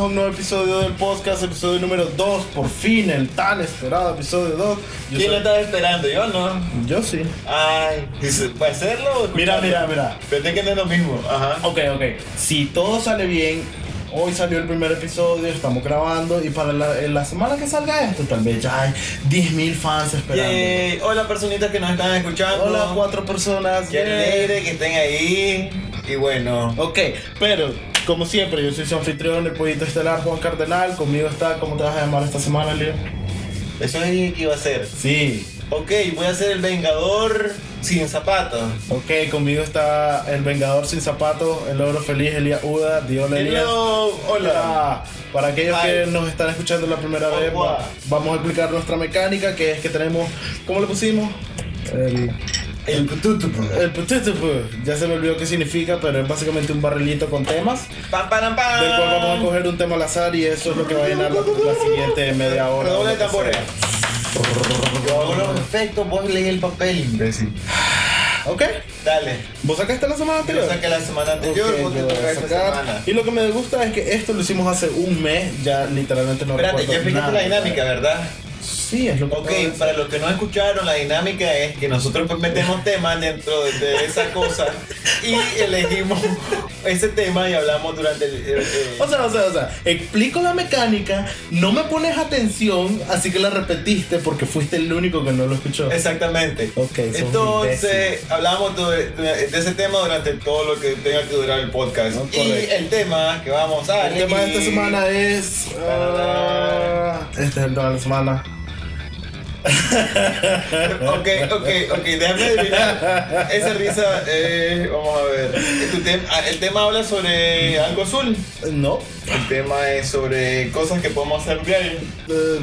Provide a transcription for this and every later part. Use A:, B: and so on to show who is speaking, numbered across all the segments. A: un nuevo episodio del podcast, episodio número 2, por fin, el tan esperado episodio 2. Yo,
B: ¿Quién lo
A: soy-
B: estaba esperando? ¿Yo no?
A: yo sí.
B: Ay, dice, ¿para hacerlo o
A: Mira, mira,
B: escucharlo?
A: mira.
B: Pensé que no es lo mismo. Ajá.
A: Ok, ok. Si todo sale bien, hoy salió el primer episodio, estamos grabando y para la, en la semana que salga esto, tal vez ya hay 10.000 fans esperando.
B: Yay. Hola, personitas que nos están escuchando.
A: Hola, cuatro personas.
B: Qué
A: Yay.
B: alegre que estén ahí. Y bueno,
A: Ok, pero como siempre, yo soy su anfitrión, el pollito estelar Juan Cardenal. Conmigo está, ¿cómo te vas a llamar esta semana, Leo?
B: eso es lo que iba a ser.
A: Sí.
B: Ok, voy a ser el vengador sin zapatos.
A: Ok, conmigo está el Vengador sin zapatos, el logro feliz, Elías Uda, Diola Elías.
B: Hello, hola.
A: Hola. Para aquellos que
B: Hi.
A: nos están escuchando la primera vez,
B: Hola.
A: va- vamos a explicar nuestra mecánica, que es que tenemos, ¿cómo le pusimos? El,
B: El tutu.
A: el pututupu. ya se me olvidó qué significa, pero es básicamente un barrilito con temas,
B: Pam, pam, pam.
A: del cual vamos a coger un tema al azar y eso es lo que va a llenar la, la siguiente media hora.
B: Redoble
A: o
B: de
A: lo que
B: tambores.
A: sea.
B: Yo hago los efectos, vos leí el papel, imbécil.
A: Ok,
B: Dale.
A: ¿vos sacaste la semana
B: Yo
A: anterior?
B: saqué la semana
A: Ok,
B: anterior, vos te
A: yo voy a
B: toca esta
A: sacar.
B: semana.
A: Y lo que me gusta es que esto lo hicimos hace un mes, ya literalmente no
B: Espérate,
A: recuerdo
B: ya explicaste la
A: nada.
B: dinámica, ¿verdad?
A: Sí, es lo que
B: Ok,
A: acabo de decir.
B: para los que no escucharon, la dinámica es que nosotros pues metemos temas dentro de, de esa cosa y elegimos ese tema y hablamos durante el... el- el-
A: O sea, o sea, o sea, explico la mecánica, no me pones atención, así que la repetiste porque fuiste el único que no lo escuchó.
B: exactamente.
A: Ok, sos un
B: Entonces, hablamos de, de ese tema durante todo lo que tenga que durar el podcast.
A: No,
B: y
A: correcto.
B: el tema que vamos a...
A: El tema de esta
B: elegir-
A: semana es. ah, este es el tema de la semana.
B: Ok, ok, ok, déjame adivinar. Esa risa, eh, vamos a ver. Tu tem- ah, el tema habla sobre algo azul.
A: No.
B: El tema es sobre cosas que podemos hacer diario.
A: eh,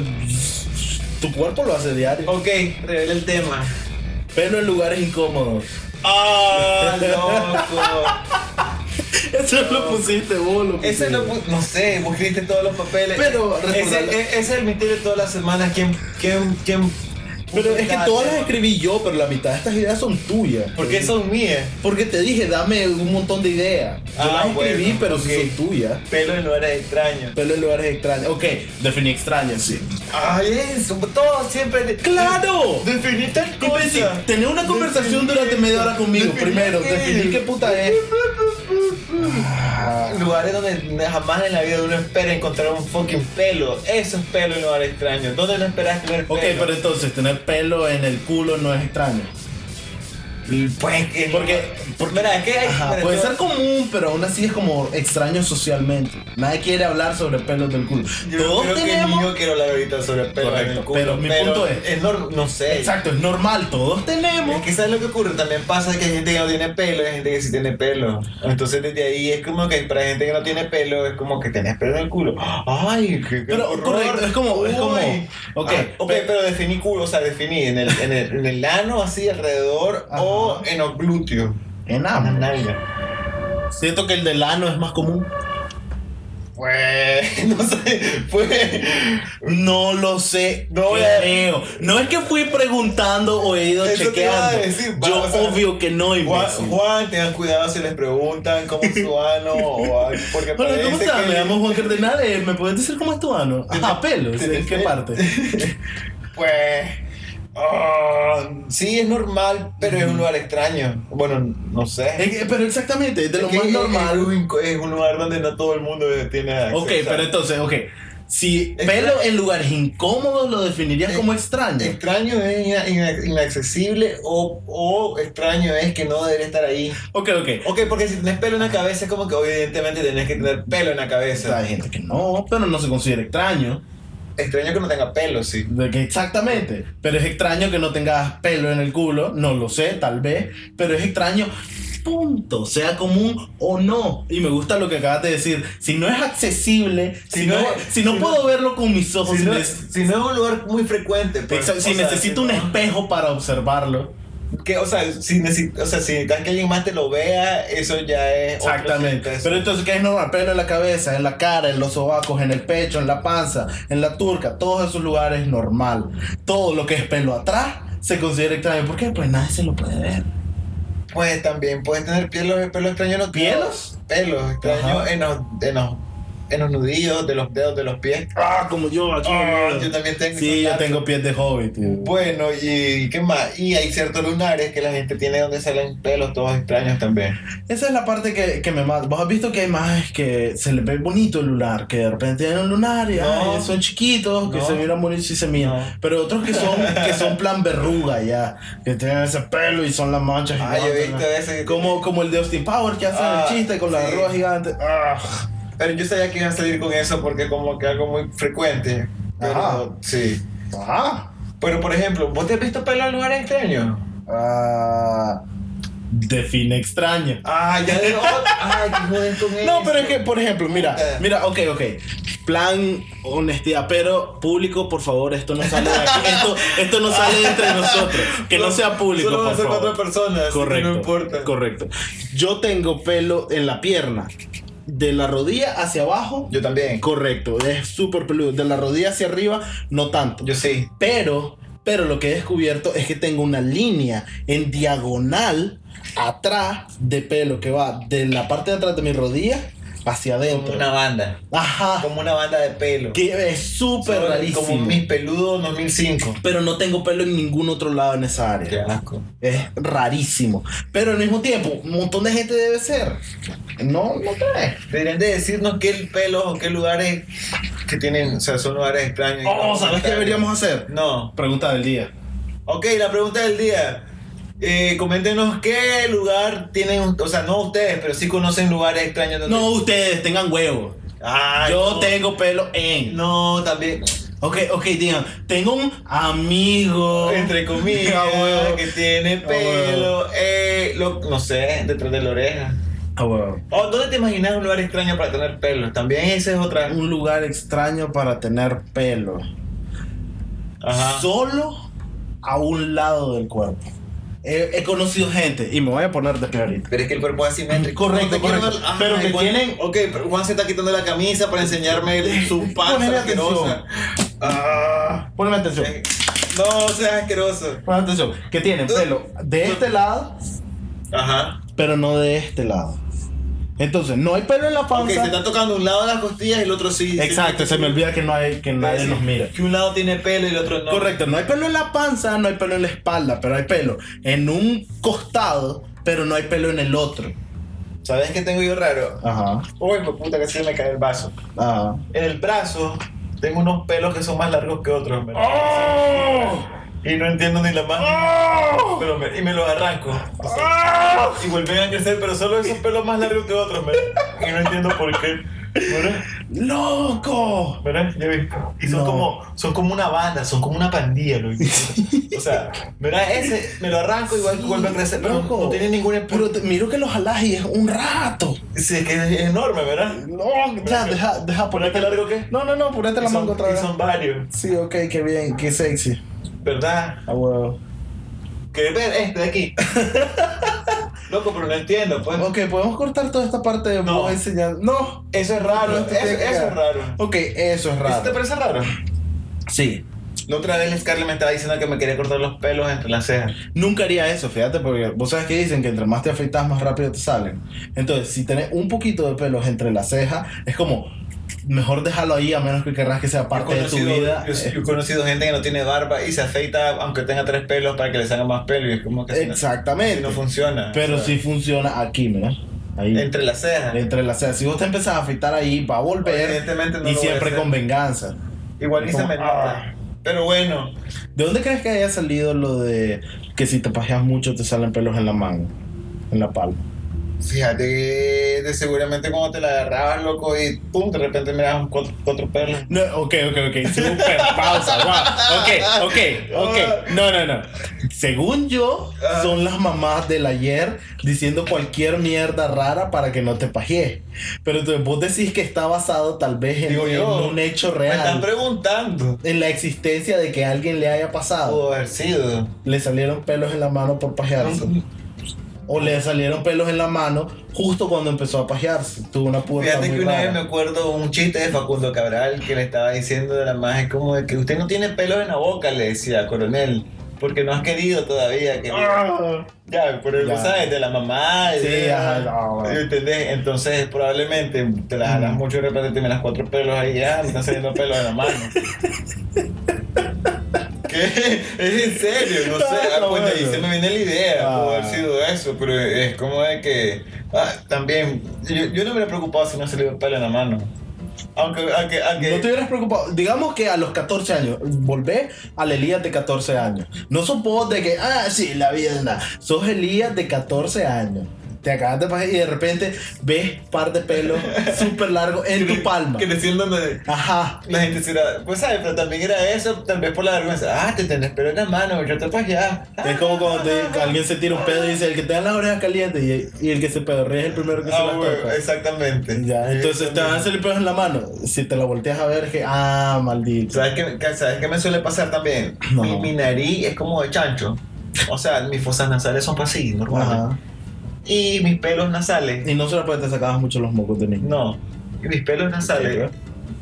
A: tu cuerpo lo hace diario,
B: Ok, revela el tema.
A: pero en lugares incómodos.
B: ¡Ah, loco!
A: Eso lo pusiste vos, lo
B: Ese
A: pusiste.
B: no, pu- no sé, vos escribiste todos los papeles.
A: Pero,
B: ese,
A: recordalo.
B: e- ese es el misterio de todas las semanas. ¿Quién, quién, quién?
A: Pero es que
B: cada
A: todas las
B: tema?
A: escribí yo, pero la mitad de estas ideas son tuyas.
B: Porque son mías.
A: Porque te dije, dame un montón de ideas. Yo
B: Ah,
A: las escribí,
B: bueno,
A: pero
B: ok.
A: sí son tuyas.
B: Pelo en lugares extraños.
A: Pero en lugares extraños. Ok, definí extraños, sí.
B: Ay, eso, todo siempre.
A: ¡Claro!
B: Definí tal
A: Imbécil,
B: cosa.
A: tener una conversación
B: Definí-
A: durante media hora conmigo.
B: definí-
A: Primero, definir qué puta es. Ah,
B: Lugares donde jamás en la vida uno espera encontrar un fucking pelo. Eso es pelo en lugares extraños. ¿Dónde no esperas tener pelo?
A: Ok, pero entonces, tener pelo en el culo no es extraño.
B: Pues que.
A: Porque- porque-
B: Mira, es que hay.
A: Ajá,
B: mira,
A: puede
B: yo-
A: ser común, pero aún así es como extraño socialmente. Nadie quiere hablar sobre pelos del culo.
B: Yo
A: Todos
B: creo
A: tenemos.
B: que yo quiero hablar ahorita sobre el pelo.
A: Correcto,
B: en el culo,
A: pero mi punto es-
B: norm- no sé.
A: Exacto, es normal, todos tenemos.
B: Es que sabes lo que ocurre, también pasa que hay gente que no tiene pelo y hay gente que sí tiene pelo. Entonces desde ahí es como que para gente que no tiene pelo es como que tenés pelo en el culo. Ay, qué, qué
A: Pero,
B: horror.
A: correcto, es como- es como-
B: Uy.
A: ok,
B: Ah, ok,
A: pe-
B: pero definí culo, o sea, definí en el, en el, en el ano así alrededor
A: Ajá.
B: o en los glúteos. En la
A: Enano.
B: nalga.
A: Siento que el del ano es más común.
B: Pues, no sé, pues...
A: No lo sé.
B: No,
A: creo. No es que fui preguntando o he ido
B: Eso te iba a
A: chequeando.
B: decir, va,
A: Yo
B: o sea,
A: obvio que no,
B: Juan,
A: imbécil.
B: Juan, tengan cuidado si les preguntan cómo es su ano o algo, porque
A: Hola,
B: parece
A: ¿cómo estás?
B: que-
A: Me llamo Juan Cardenales. ¿Me puedes decir cómo es tu ano? Ajá, pelos.
B: te-
A: ¿En qué
B: te-
A: parte?
B: Pues. ah, sí, es normal, pero es un lugar extraño. Bueno, no sé.
A: Eh, Pero exactamente, es de lo
B: Es que
A: más
B: es-
A: normal.
B: Es, un- es un lugar donde no todo el mundo tiene acceso.
A: Ok, pero entonces, ok. Si
B: Extra-
A: pelo en lugares incómodos lo definirías como extraño.
B: Extraño es ina- ina- inaccesible o, o extraño es que no debería estar ahí.
A: Ok, ok.
B: Ok, porque si tenés pelo en la cabeza es como que evidentemente tenés que tener pelo en la
A: Hay
B: cabeza.
A: gente que no, pero no se considera extraño.
B: Extraño que no tenga pelo, sí.
A: De que exactamente. Pero es extraño que no tengas pelo en el culo. No lo sé, tal vez. Pero es extraño. Punto. Sea común o no. Y me gusta lo que acabas de decir. Si no es accesible, si,
B: Si
A: no,
B: no-
A: si no
B: si
A: puedo
B: no-
A: verlo con mis ojos,
B: Si
A: si,
B: no,
A: neces-
B: si no es un lugar muy frecuente. pues,
A: exa-
B: o
A: si
B: sea,
A: necesito
B: si
A: un
B: no-
A: espejo para observarlo.
B: Que, o sea, si necesitas, o sea, si necesitas que alguien más te lo vea, eso ya es. otro
A: Exactamente.
B: peso.
A: Pero entonces, ¿qué es normal? Pelo en la cabeza, en la cara, en los sobacos, en el pecho, en la panza, en la turca. Todos esos lugares normal. Todo lo que es pelo atrás se considera extraño. ¿Por qué? Pues nadie se lo puede ver.
B: Pues también puedes tener pielos, pelos extraños en los
A: ¿Pielos?
B: Pelos extraños
A: Ajá.
B: en los, en los en los nudillos de los dedos de los pies.
A: Ah, como yo. aquí,
B: Ah,
A: mira.
B: yo también tengo.
A: sí,
B: esos
A: yo
B: datos.
A: tengo pies de hobbit. tío.
B: Bueno, y qué más. Y hay ciertos lunares que la gente tiene donde salen pelos todos extraños también.
A: Esa es la parte que, que me mata. Vos has visto que hay más que se les ve bonito el lunar, que de repente tienen un lunar y
B: No.
A: ay, son chiquitos, que
B: No.
A: se miran bonitos y se miran.
B: No.
A: Pero otros que son, que son plan verruga ya, que tienen ese pelo y son las manchas
B: Ah, yo he
A: gigantes,
B: visto
A: ¿no?
B: ese.
A: Como, como el de Austin Power que hace
B: Ah,
A: el chiste con la
B: sí.
A: verruga gigante. Ah.
B: Pero yo sabía que iba a salir con eso porque es como que algo muy frecuente. Pero,
A: Ajá.
B: sí.
A: Ajá.
B: Pero por ejemplo, ¿vos te has visto pelo en lugares extraños?
A: Ah. Define extraño.
B: Ah, ya de Ay, qué joder con
A: No,
B: eso.
A: pero es que, por ejemplo, mira,
B: Puta.
A: mira, ok, ok. Plan honestidad, pero público, por favor, esto no sale de aquí. Esto, esto no sale de entre nosotros. Que no sea público,
B: Solo van a
A: por
B: ser cuatro
A: favor.
B: personas. así que
A: Correcto.
B: No importa.
A: Correcto. Yo tengo pelo en la pierna. De la rodilla hacia abajo.
B: Yo también.
A: Correcto. Es súper peludo. De la rodilla hacia arriba, no tanto.
B: Yo sí.
A: Pero, pero lo que he descubierto es que tengo una línea en diagonal atrás de pelo que va de la parte de atrás de mi rodilla hacia
B: Como
A: adentro.
B: una banda.
A: Ajá.
B: Como una banda de pelo.
A: Que es súper
B: Son
A: rarísimo.
B: Como mis peludos 2005.
A: Pero no tengo pelo en ningún otro lado en esa área.
B: Qué asco.
A: Es rarísimo. Pero al mismo tiempo, un montón de gente debe ser. No, no crees.
B: Deberían de decirnos qué pelos o qué lugares que tienen, o sea, son lugares extraños.
A: Oh, ¿sabes qué deberíamos hacer?
B: No.
A: Pregunta del día.
B: Ok, la pregunta del día. Eh, coméntenos qué lugar tienen, o sea, no ustedes, pero sí conocen lugares extraños donde...
A: No, ustedes tengan huevo.
B: Ay,
A: Yo
B: no.
A: tengo pelo en.
B: No, también...
A: Ok, ok, digan, tengo un amigo.
B: Entre comillas,
A: Ah, huevo.
B: que tiene
A: Ah, huevo.
B: pelo, eh, lo- no sé, detrás de la oreja.
A: Ah, huevo.
B: Oh, ¿Dónde te imaginas un lugar extraño para tener pelo? También esa es otra.
A: Un lugar extraño para tener pelo.
B: Ajá.
A: Solo a un lado del cuerpo. He, he conocido gente y me voy a poner de pie ahorita.
B: Pero es que el cuerpo es asimétrico.
A: Correcto,
B: Te quiero
A: correcto.
B: ver- Ay,
A: Pero que
B: Juan-
A: tienen-
B: Ok, pero Juan se está quitando la camisa para enseñarme su
A: Ponele
B: panza
A: atención.
B: asquerosa. Ah.
A: Ponme atención.
B: Eh, No seas asqueroso.
A: Ponme atención. Que tienen pelo de este lado,
B: Ajá.
A: pero no de este lado. Entonces, no hay pelo en la
B: Ok, se
A: panza.
B: está tocando un lado de las costillas y el otro sí.
A: Exacto, se me olvida que no hay que nadie nos mira.
B: Que un lado tiene pelo y el otro no.
A: Correcto, no hay pelo en la panza, no hay pelo en la espalda, pero hay pelo en un costado, pero no hay pelo en el otro.
B: ¿Sabes qué tengo yo raro?
A: Ajá,
B: Uy, hijo de puta, que se me cae el vaso.
A: ajá.
B: En el brazo tengo unos pelos que son más largos que otros. me- Y no entiendo ni la más. Pero me- y me los arranco. O sea, y vuelven a crecer, pero solo esos pelos más largos que otros, man. Y no entiendo por qué. ¿Verdad?
A: ¡Loco!
B: ¿Verdad? Ya ves. Y son,
A: No.
B: como, son como una banda, son como una pandilla, lo O sea, ¿verdad? Ese me lo arranco igual que vuelve a crecer, pero
A: Loco.
B: no tiene ningún
A: Pero
B: espuro.
A: te- miro que los jalás y es un rato.
B: Sí, es que es enorme, ¿verdad?
A: No, ya, deja, deja ponerte
B: ¿Ponerte largo qué?
A: No, no, no, ponete la
B: Y son,
A: manga otra
B: y
A: vez.
B: son varios,
A: Sí, ok, qué bien, qué sexy. Ah,
B: ¿verdad?
A: A huevo.
B: Que ver este de aquí. Loco, pero no entiendo, pues.
A: Ok, podemos cortar toda esta parte de
B: No.
A: vos enseñando. No.
B: Eso es raro,
A: No,
B: eso,
A: esto tiene que
B: eso es
A: quedar.
B: raro. Este,
A: Ok, eso es
B: ¿Eso te
A: raro.
B: parece este, raro?
A: Sí.
B: La otra vez Scarlett me estaba diciendo que me quería cortar los pelos entre las cejas.
A: Nunca haría eso, fíjate, porque vos sabes que dicen que entre más te afeitas, más rápido te salen. Entonces, si tenés un poquito de pelos entre las cejas, es como, mejor déjalo ahí a menos que querrás que sea
B: Yo he
A: parte de tu
B: conocido-
A: vida.
B: Yo, yo
A: Eh,
B: he conocido gente que no tiene barba y se afeita aunque tenga tres pelos para que le salgan más pelos. Y es como que si no- si
A: Exactamente.
B: no, funciona.
A: Pero
B: O sea,
A: sí funciona aquí, mira. Ahí. Entre,
B: Entre las cejas.
A: las cejas. Si vos te empezás a afeitar ahí, va a volver.
B: Evidentemente no
A: y
B: lo voy a
A: siempre
B: hacer.
A: con venganza.
B: Igual ni
A: es
B: se
A: como,
B: me nota.
A: ah.
B: Pero bueno,
A: ¿De dónde crees que haya salido lo de que si te pajeas mucho te salen pelos en la mano? En la palma.
B: fíjate que de seguramente cuando te la agarrabas, loco, y pum, de repente me das cuatro, cuatro pelos.
A: No, ok, ok, ok. Super pausa, wow. Ok, ok, ok. No, no, no. Según yo, son las mamás del ayer diciendo cualquier mierda rara para que no te pajees. Pero tú- vos decís que está basado tal vez en,
B: Digo yo.
A: en un hecho
B: Me
A: real.
B: están preguntando.
A: En la existencia de que a alguien le haya pasado.
B: Pudo haber sido.
A: Le salieron pelos en la mano por pajearse. O le salieron pelos en la mano justo cuando empezó a pajearse. Tuvo una puerta
B: Fíjate
A: muy
B: que una
A: rara.
B: vez me acuerdo un chiste de Facundo Cabral que le estaba diciendo de la magia como de que usted no tiene pelos en la boca, le decía coronel. Porque no has querido todavía. querido.
A: Ah.
B: Ya, por el
A: Ya.
B: ¿sabes? De la mamá.
A: Sí,
B: de-
A: ajá, no, bueno. Mm.
B: ¿Entendés? Entonces, probablemente te las jalas mucho y de repente te las cuatro pelos ahí, ya, me están saliendo pelos en la mano. ¿Qué? Es en serio, no sé.
A: Ah,
B: Ah,
A: está
B: pues de ahí
A: bueno.
B: se me viene la idea,
A: Ah.
B: pudo haber sido eso, pero es como de que. Ah, también. Yo, yo no me hubiera preocupado si no salió el pelo en la mano. Aunque. aunque, aunque
A: No te hubieras preocupado. Digamos que a los 14 años, volvé al Elías de 14 años. No soporte de que, ah, sí, la vida es nada. Sos Elías de 14 años. Te acabas de pasar y de repente ves par de pelos súper largos en tu palma.
B: Creciendo donde.
A: Ajá.
B: La gente se era, pues sabes, pero también era eso, tal vez por la vergüenza. Ah, te tenés pelo en la mano, yo te pues ya.
A: Es como cuando te- alguien se tira un pedo y dice, el que te da las orejas calientes y, y el que se pedorrea es el primero que se
B: Ah,
A: las
B: bueno,
A: toca.
B: exactamente.
A: Ya, entonces te van a salir pelos en la mano. Si te la volteas a ver es que, ah, maldito.
B: ¿Sabes qué, qué- ¿Sabes qué me suele pasar también?
A: No.
B: Mi, mi nariz es como de chancho. O sea, mis fosas nasales son así, normal.
A: Ajá.
B: Y mis pelos nasales,
A: Y no solo porque te sacabas mucho los mocos de niño.
B: no. Y mis pelos nasales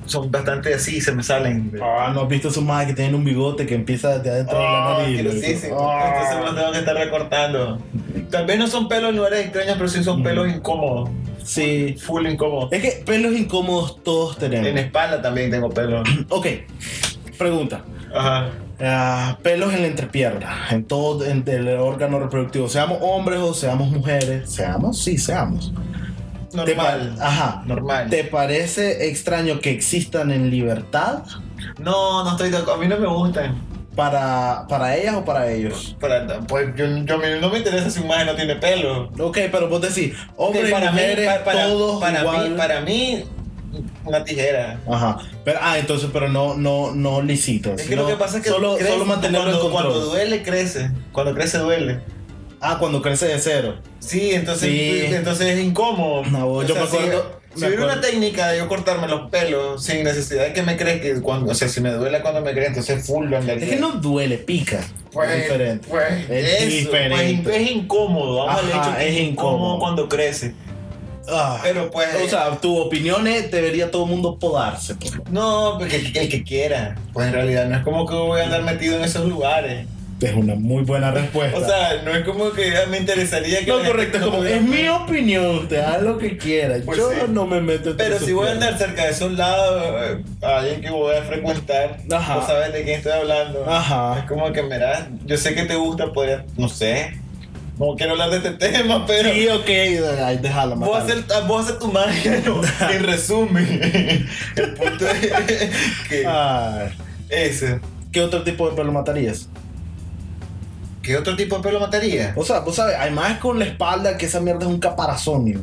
B: son bastante así, se me salen.
A: Ah, no has visto su madre que tiene un bigote que empieza desde adentro de la
B: Ah,
A: nariz.
B: que lo
A: loco?
B: hice.
A: Ah.
B: Entonces me los tengo que estar recortando. Tal vez no son pelos en lugares extraños, pero sí son
A: Mm.
B: pelos incómodos.
A: Sí.
B: Full incómodo.
A: Es que pelos incómodos todos
B: En
A: tenemos.
B: espalda también tengo pelos.
A: Ok, pregunta.
B: Ajá.
A: Ah, pelos en la entrepierna, en todo en el órgano reproductivo. Seamos hombres o seamos mujeres. Seamos, sí, seamos. Te pa-
B: Normal.
A: Ajá.
B: Normal.
A: ¿Te parece extraño que existan en libertad
B: No, no estoy de acuerdo. A mí no me gustan.
A: para, para ellas o para ellos?
B: Para, pues yo, yo me- no me interesa si un maje no tiene pelo.
A: Ok, pero vos decís, hombres y
B: para
A: mujeres,
B: pa- para,
A: todos
B: para
A: igual.
B: mí, para mí, una tijera.
A: Ajá. Pero, ah, entonces, pero no, no, no licitas.
B: Es que
A: no,
B: lo que pasa es que
A: solo,
B: crece-
A: solo mantenerlo
B: cuando,
A: en control.
B: cuando duele, crece. Cuando crece, duele.
A: ah, cuando crece de cero.
B: Sí, entonces,
A: Sí.
B: entonces es incómodo.
A: No,
B: O
A: yo
B: sea,
A: me acuerdo- me
B: Si, si hubiera una
A: acuerdo.
B: técnica de yo cortarme los pelos sin necesidad de que me crezca, cuando, o sea, si me duela cuando me crezca, entonces full lo andaría.
A: Es que no duele, pica.
B: Pues,
A: es diferente.
B: pues,
A: es
B: eso,
A: diferente.
B: pues, es incómodo. Vamos
A: Ajá,
B: al hecho que
A: es
B: es incómodo,
A: incómodo.
B: cuando crece.
A: Ah,
B: Pero pues.
A: o sea, tu opinión es, debería todo el mundo podarse. pues. por favor.
B: no, porque el, el que quiera. Pues en realidad no es como que voy a andar metido en esos lugares.
A: Es una muy buena respuesta.
B: O sea, no es como que ah, me interesaría que.
A: no,
B: la gente
A: correcto, es como,
B: me-
A: es mi opinión, usted haz lo que quiera.
B: Pues
A: Yo
B: sí.
A: no me meto entre
B: Pero
A: sus
B: si voy a
A: piernas.
B: andar cerca de esos lados, eh, a alguien que voy a frecuentar,
A: Ajá.
B: no sabes de quién estoy hablando. Es
A: Ajá.
B: como que, mira, yo sé que te gusta, podría. No sé. No quiero hablar de este tema, pero.
A: Sí, ok, ay, déjala
B: Vos
A: matarla.
B: hacer, vos hacer tu magia, ¿no? en resumen. El punto es que
A: Ah. Ay,
B: ese.
A: ¿Qué otro tipo de pelo matarías?
B: ¿Qué otro tipo de pelo mataría?
A: O sea, vos sabes, hay más con la espalda que esa mierda es un caparazón. hijo.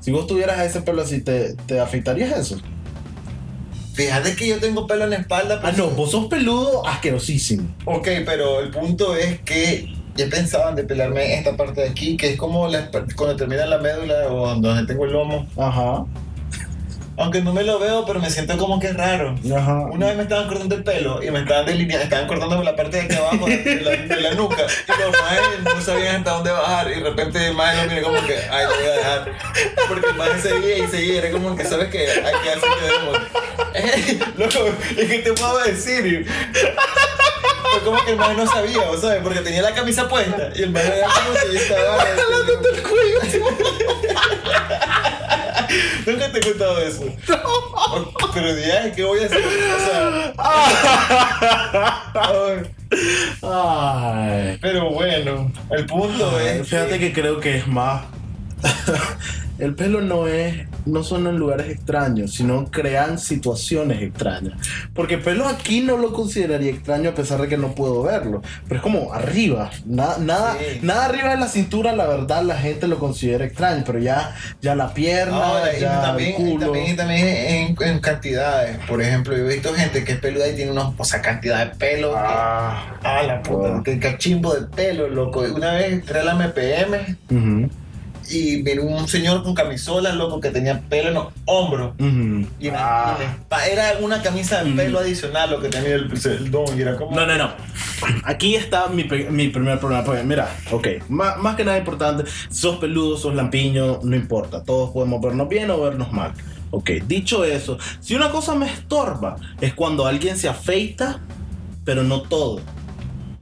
A: Si vos tuvieras ese pelo así, ¿te, te afeitarías eso?
B: Fíjate que yo tengo pelo en la espalda.
A: Ah,
B: pero-
A: no, vos sos peludo asquerosísimo.
B: Ok, pero el punto es que ya pensaban de pelarme esta parte de aquí, que es como la, cuando termina la médula o donde tengo el lomo.
A: Ajá,
B: Aunque no me lo veo, pero me siento como que es raro.
A: ajá.
B: Una vez me estaban cortando el pelo y me estaban delineando, estaban cortando la parte de aquí abajo de la, de la nuca. Y los maes no sabían hasta dónde bajar. Y de repente el maes lo miré como que, ay, lo voy a dejar. Porque el maes seguía y seguía. Era como que, ¿sabes qué? Aquí así que debemos. Loco, es que te puedo decir. Fue como que el maes no sabía, ¿vos ¿sabes? Porque tenía la camisa puesta. Y el maes era como que yo estaba.
A: el cuello.
B: Nunca te he contado eso. Pero ya, ¿qué voy a hacer? O sea. ay.
A: Ay.
B: Pero bueno, el punto
A: Ay,
B: es.
A: Fíjate que creo que es más. El pelo no es, no son en lugares extraños, sino crean situaciones extrañas. Porque pelo aquí no lo consideraría extraño a pesar de que no puedo verlo. Pero es como arriba, nada, nada,
B: Sí.
A: nada arriba de la cintura, la verdad la gente lo considera extraño. Pero ya, ya la pierna,
B: Ahora, y
A: ya
B: también,
A: el
B: y
A: culo.
B: también, y también en, en cantidades. Por ejemplo, yo he visto gente que es peluda y tiene una o sea, cantidad de pelo.
A: Ah.
B: que- a la puta,
A: wow.
B: que cachimbo de pelo, loco. Una vez entré a la MPM
A: Ujú,
B: y vino un señor con camisola, loco, que tenía pelo en los hombros.
A: ujú.
B: Y en-
A: Ah.
B: y en la espa- era una camisa de
A: Mm.
B: pelo adicional lo que tenía el, pues, el don. Y era como.
A: No, no, no. Aquí está mi, pe- mi primer problema. Porque, mira, ok, má- más que nada importante, sos peludo, sos lampiño, no importa. Todos podemos vernos bien o vernos mal. Ok, dicho eso, si una cosa me estorba es cuando alguien se afeita, pero no todo.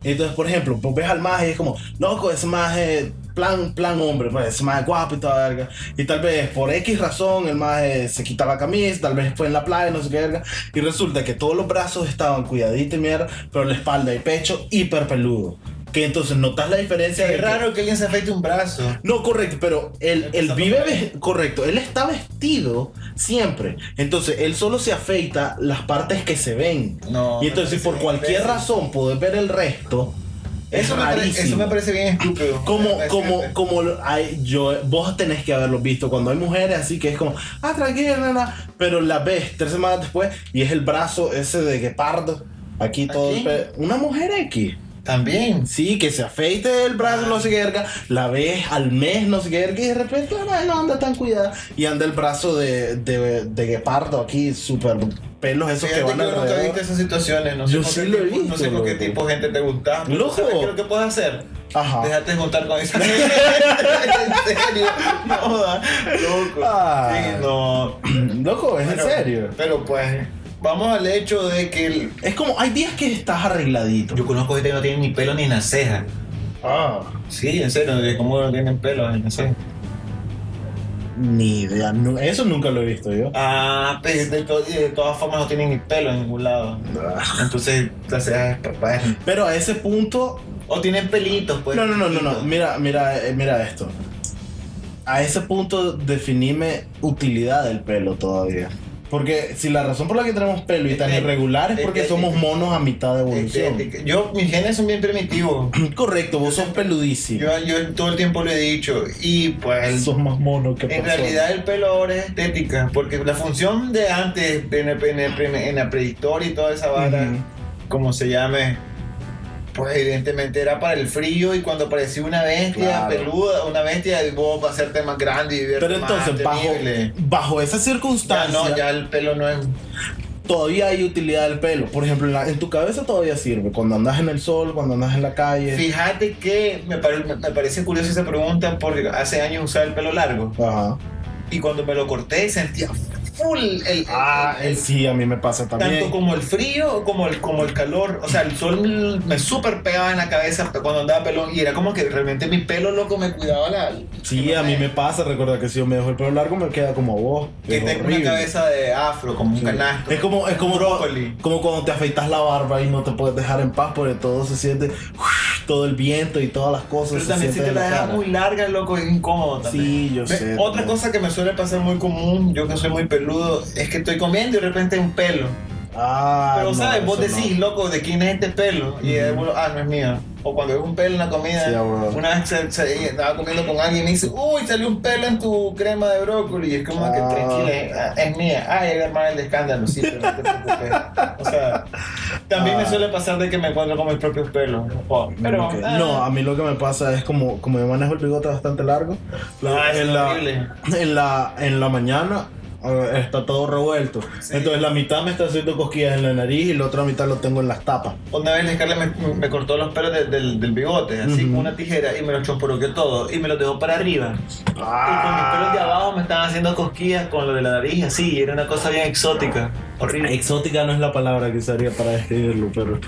A: Y entonces, por ejemplo, vos ves al maje y es como, loco, es maje plan, plan hombre, pues es maje guapo y toda verga. Y tal vez por X razón el maje se quita la camisa, tal vez fue en la playa, no sé qué verga. Y resulta que todos los brazos estaban cuidaditos y mierda, pero la espalda y pecho hiper peludo. Que entonces notas la diferencia de
B: Es
A: que-
B: raro que alguien se afeite un brazo.
A: no, correcto, pero él, él
B: Empezando
A: vive,
B: por ahí.
A: ve- correcto, él está vestido siempre. Entonces, él solo se afeita las partes que se ven.
B: No,
A: y
B: me
A: entonces, si
B: parece
A: por
B: bien
A: cualquier
B: imbécil.
A: razón podés ver el resto,
B: Eso me, pare- eso me parece bien estúpido.
A: Como,
B: Para
A: como,
B: decirte.
A: como lo- hay- yo, vos tenés que haberlo visto cuando hay mujeres así que es como, ah, tranquila, nena", pero la ves tres semanas después y es el brazo ese de guepardo. Aquí todo el
B: ¿Aquí?
A: pe- Una mujer X.
B: También.
A: Sí, que se afeite el brazo, no sé qué verga, la ves al mes, no sé qué verga, y de repente la madre no anda tan cuidada. Y anda el brazo de, de, de guepardo aquí, súper pelos esos
B: Fíjate
A: que
B: que
A: van
B: yo nunca he visto
A: alrededor.
B: esas situaciones. No
A: Yo
B: sé
A: sí
B: con qué
A: lo he
B: tipo-
A: visto,
B: No sé con qué
A: loco.
B: tipo de gente te gusta.
A: Loco. Ah.
B: ¿Sabes qué es lo que puedes hacer?
A: Ajá.
B: Dejarte juntar con esa gente. en serio. No, jodas, loco.
A: Ah.
B: Sí, no.
A: Loco, es en
B: Pero-
A: serio.
B: Pero pues, vamos al hecho de que el-
A: Es como, hay días que estás arregladito.
B: yo conozco gente que no tiene ni pelo ni en la ceja.
A: Ah.
B: Sí, en serio, de cómo no tienen pelo en la ceja.
A: Ni idea, no- eso nunca lo he visto yo.
B: Ah, pues de, to- de todas formas no tienen ni pelo en ningún lado. Entonces, la ceja es papá.
A: Pero a ese punto,
B: O tienen pelitos, pues.
A: No, no, no, no, no.
B: pelitos.
A: Mira, mira, eh, mira esto. A ese punto definime utilidad del pelo todavía. Porque si la razón por la que tenemos pelo y tan
B: Eh,
A: irregular es
B: eh,
A: porque
B: eh,
A: somos
B: eh,
A: monos a mitad de
B: Este,
A: evolución.
B: este, Yo, mis genes son bien primitivos.
A: Correcto, vos sos peludísimo.
B: Yo, yo todo el tiempo lo he dicho. Y pues,
A: Sos más mono que
B: en
A: persona.
B: realidad el pelo ahora es estética. Porque la función de antes, en, el- en el- en la prehistoria y toda esa vara, como se llame, pues evidentemente era para el frío. Y cuando aparecía una bestia
A: Claro.
B: peluda, una bestia, vos vas a hacerte más grande y verte
A: Pero entonces,
B: más
A: bajo,
B: temible.
A: bajo esa
B: Ya,
A: circunstancia,
B: no, ya el pelo no es.
A: todavía hay utilidad del pelo. Por ejemplo, en, la- en tu cabeza todavía sirve. Cuando andas en el sol, cuando andas en la calle.
B: Fíjate que me, pare- me parece curiosa esa pregunta porque hace años usaba el pelo largo.
A: Ajá.
B: Y cuando me lo corté sentía full el, el-
A: Ah,
B: el-
A: eh, sí, a mí me pasa también.
B: tanto como el frío como el, como el calor. O sea, el sol me super pegaba en la cabeza cuando andaba pelón y era como que realmente mi pelo loco me cuidaba la...
A: Sí, a mí me pasa, recuerda que si yo me dejo el pelo largo me queda como a vos.
B: Que
A: es
B: tengo
A: horrible.
B: una cabeza de afro, como un
A: Sí.
B: canasto.
A: Es como, es como,
B: brócoli.
A: como cuando te afeitas la barba y no te puedes dejar en paz porque todo se siente, todo el viento y todas las cosas
B: Pero
A: se
B: también si
A: sienten
B: te
A: en
B: la
A: la
B: dejas
A: cara.
B: muy larga, loco, es incómodo también.
A: Sí, yo
B: Ve,
A: sé.
B: Otra
A: también.
B: cosa que me suele pasar muy común, yo que soy muy peludo, es que estoy comiendo y de repente hay un pelo.
A: Ah,
B: Pero,
A: no,
B: ¿sabes? Vos
A: eso no.
B: decís, loco, ¿de quién es este pelo? Y
A: Ujú.
B: es bueno, ah, no es mío. O cuando ves un pelo en la comida,
A: Sí, ah, bueno.
B: una vez se- se- estaba comiendo con alguien y dice, uy, salió un pelo en tu crema de brócoli. Y es como que
A: Ah.
B: tranquila, es- ah, es mía. Ay, era más el de escándalo, sí, pero no te preocupes. O sea, también
A: Ah.
B: me suele pasar de que me encuentro con mis propios pelos. Oh, pero,
A: Ok.
B: ah,
A: No, a mí lo que me pasa es como, como yo manejo el bigote bastante largo,
B: Ah, es
A: en, la,
B: horrible.
A: en, la, en la mañana eh, está todo revuelto.
B: Sí.
A: Entonces la mitad me está haciendo cosquillas en la nariz y la otra mitad lo tengo en las tapas.
B: Una vez la Scarlett me, me cortó los pelos de- del, del bigote, así
A: Ujú.
B: con una tijera, y me los chomporoqueó todo, y me los dejó para arriba. Y con mis pelos de abajo me estaban haciendo cosquillas con lo de la nariz, así, y era una cosa bien exótica, horrible.
A: Ah, Exótica no es la palabra que usaría para describirlo, pero.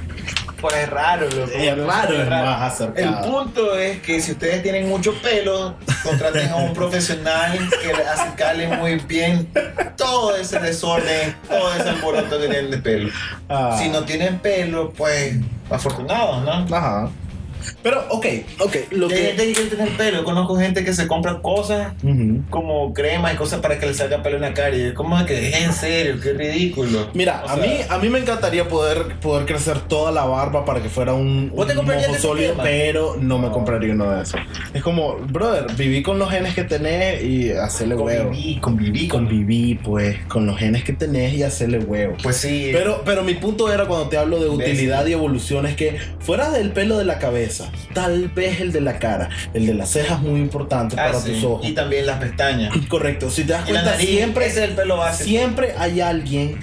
B: Pues es raro, loco. Pues
A: Es raro, es más
B: El
A: acercado.
B: punto es que si ustedes tienen mucho pelo, contraten a un profesional que le acicale muy bien todo ese desorden, todo ese alboroto que tienen de pelo.
A: Ah.
B: Si no tienen pelo, pues afortunados, ¿no?
A: Ajá. Pero, ok, ok. Lo
B: Y Hay
A: que.
B: gente que quiere tener pelo. Yo conozco gente que se compra cosas
A: Ujú.
B: como crema y cosas para que le salga pelo en la cara. Y es como que es en serio, qué ridículo.
A: Mira,
B: O
A: a,
B: sea,
A: mí, a mí me encantaría poder, poder crecer toda la barba para que fuera un,
B: ¿Vos te
A: un
B: comprarías
A: mojo
B: ese
A: sólido,
B: crema?
A: pero no me
B: No.
A: compraría uno de esos. Es como, brother, viví con los genes que tenés y hacerle huevo.
B: Conviví, conviví, conviví.
A: Conviví, pues, con los genes que tenés y hacerle huevo.
B: Pues sí.
A: Pero, pero mi punto era cuando te hablo de
B: Imbécil.
A: utilidad y evolución, es que fuera del pelo de la cabeza, tal vez el de la cara, el de las cejas es muy importante
B: Ah,
A: para
B: sí.
A: tus ojos.
B: Y también las pestañas.
A: Correcto, si te das
B: Y la
A: cuenta,
B: nariz. Siempre
A: siempre,
B: es el pelo base.
A: siempre hay alguien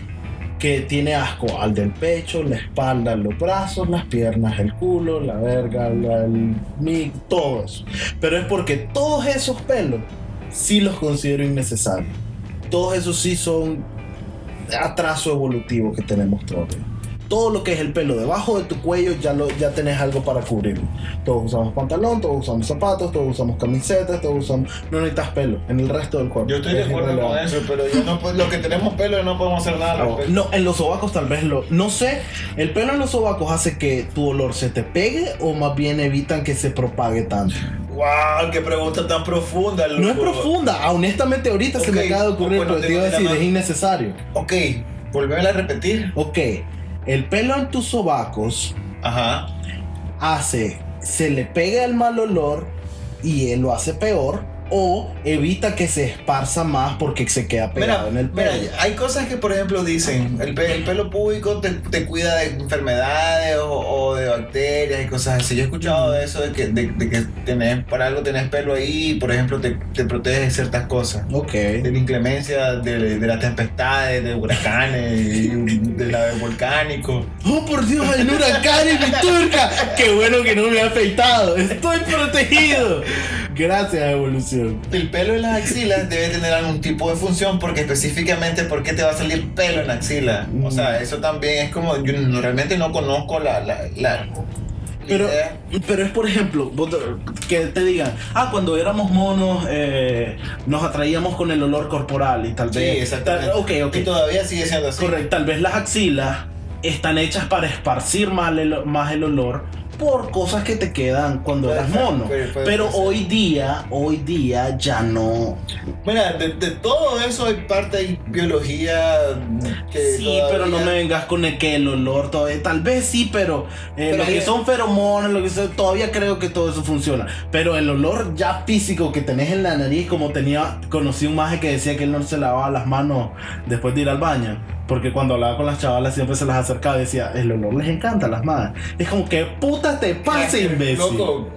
A: que tiene asco al del pecho, la espalda, los brazos, las piernas, el culo, la verga, la- el mic, todos. Pero es porque todos esos pelos sí los considero innecesarios. Todos esos sí son atraso evolutivo que tenemos todos. todo lo que es el pelo debajo de tu cuello ya, lo, ya tenés algo para cubrirlo. Todos usamos pantalón, todos usamos zapatos, todos usamos camisetas, todos usamos... No necesitas pelo en el resto del cuerpo.
B: Yo estoy de
A: Es
B: acuerdo con
A: irrelevante.
B: eso, pero yo no, los que tenemos pelo no podemos hacer nada al respecto.
A: Pues, No, en los sobacos tal vez lo. No sé, el pelo en los sobacos hace que tu olor se te pegue o más bien evitan que se propague tanto.
B: ¡Wow! ¡Qué pregunta tan profunda,
A: No es
B: loco!
A: profunda, ah, honestamente ahorita se
B: Ok,
A: me acaba de ocurrir,
B: bueno,
A: pero te
B: tengo
A: iba a
B: que
A: decir,
B: llamar.
A: es innecesario.
B: Ok, volvémela a repetir.
A: Ok, el pelo en tus sobacos
B: Ajá.
A: hace, se le pega el mal olor y él lo hace peor o evita que se esparza más porque se queda
B: Mira,
A: pegado en el
B: mira,
A: pelo.
B: hay cosas que, por ejemplo, dicen: el, pe- el pelo público te, te cuida de enfermedades o, o de bacterias y cosas así. Yo he escuchado
A: Mm.
B: de eso de que, de, de que tenés, para algo tenés pelo ahí, por ejemplo, te, te protege de ciertas cosas.
A: Ok.
B: de la inclemencia, de, de las tempestades, de huracanes, y de la de volcánico.
A: ¡Oh, por Dios! ¡Hay un huracán en mi turca! ¡Qué bueno que no me ha afeitado! ¡Estoy protegido! Gracias, evolución.
B: El pelo en las axilas debe tener algún tipo de función porque específicamente ¿por qué te va a salir pelo en la axila? O
A: Mm.
B: sea, eso también es como, yo no- realmente no conozco la... la, la
A: Pero,
B: idea.
A: pero es, por ejemplo, vos te- que te digan, ah, cuando éramos monos eh, nos atraíamos con el olor corporal y tal
B: Sí,
A: vez...
B: exactamente.
A: tal- ok, ok.
B: Y todavía sigue siendo así.
A: Correcto, tal vez las axilas están hechas para esparcir más el, más el olor por cosas que te quedan cuando
B: Puede
A: eras
B: ser,
A: mono.
B: puede- puede
A: pero
B: ser.
A: hoy día, hoy día ya no.
B: Mira, de, de todo eso hay parte de biología que
A: Sí, pero no me
B: todavía-
A: vengas con el que el olor todavía. Tal vez sí, pero, eh,
B: Pero
A: lo que
B: ahí-
A: son feromonas, lo que son, todavía creo que todo eso funciona. Pero el olor ya físico que tenés en la nariz, como tenía, conocí un maje que decía que él no se lavaba las manos después de ir al baño. Porque cuando hablaba con las chavalas siempre se las acercaba y decía, el olor les encanta a las madres. Es como que puta te pasa, imbécil.
B: Loco,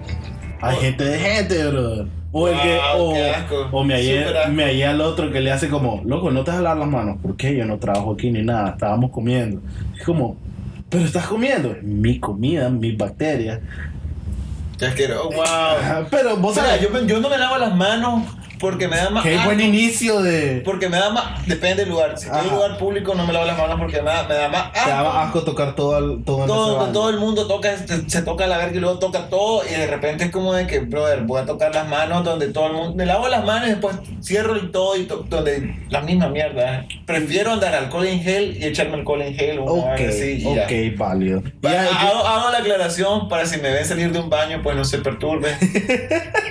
A: Hay gente de gente, bro. O el que.
B: Oh. Wow,
A: O,
B: qué asco.
A: o me hallé,
B: Súper asco.
A: me hallé al otro que le hace como, loco, no te vas a lavar las manos. ¿Por qué? Yo no trabajo aquí ni nada. Estábamos comiendo. Es como, pero estás comiendo. Mi comida, mis bacterias.
B: ya quiero, wow.
A: Ajá, Pero vos
B: O sea,
A: sabés.
B: yo, me- yo no me lavo las manos porque me da más.
A: Qué
B: asco,
A: buen inicio de.
B: Porque me da más. Depende del lugar. Si estoy en
A: Ajá.
B: un lugar público, no me lavo las manos porque me da, me da más.
A: Te
B: asco.
A: daba asco tocar todo el. Todo, en ese
B: Todo,
A: baño.
B: todo el mundo toca, se se toca la verga y luego toca todo. Y de repente es como de que, brother, voy a tocar las manos donde todo el mundo. Me lavo las manos y después cierro y todo. Y to- donde la misma mierda. Prefiero andar alcohol en gel y echarme alcohol en gel. una
A: Ok,
B: vaina así, y ya. ah,
A: ok, válido.
B: Va-
A: Ya, yo-
B: hago, hago la aclaración para si me ven salir de un baño, pues no se perturben.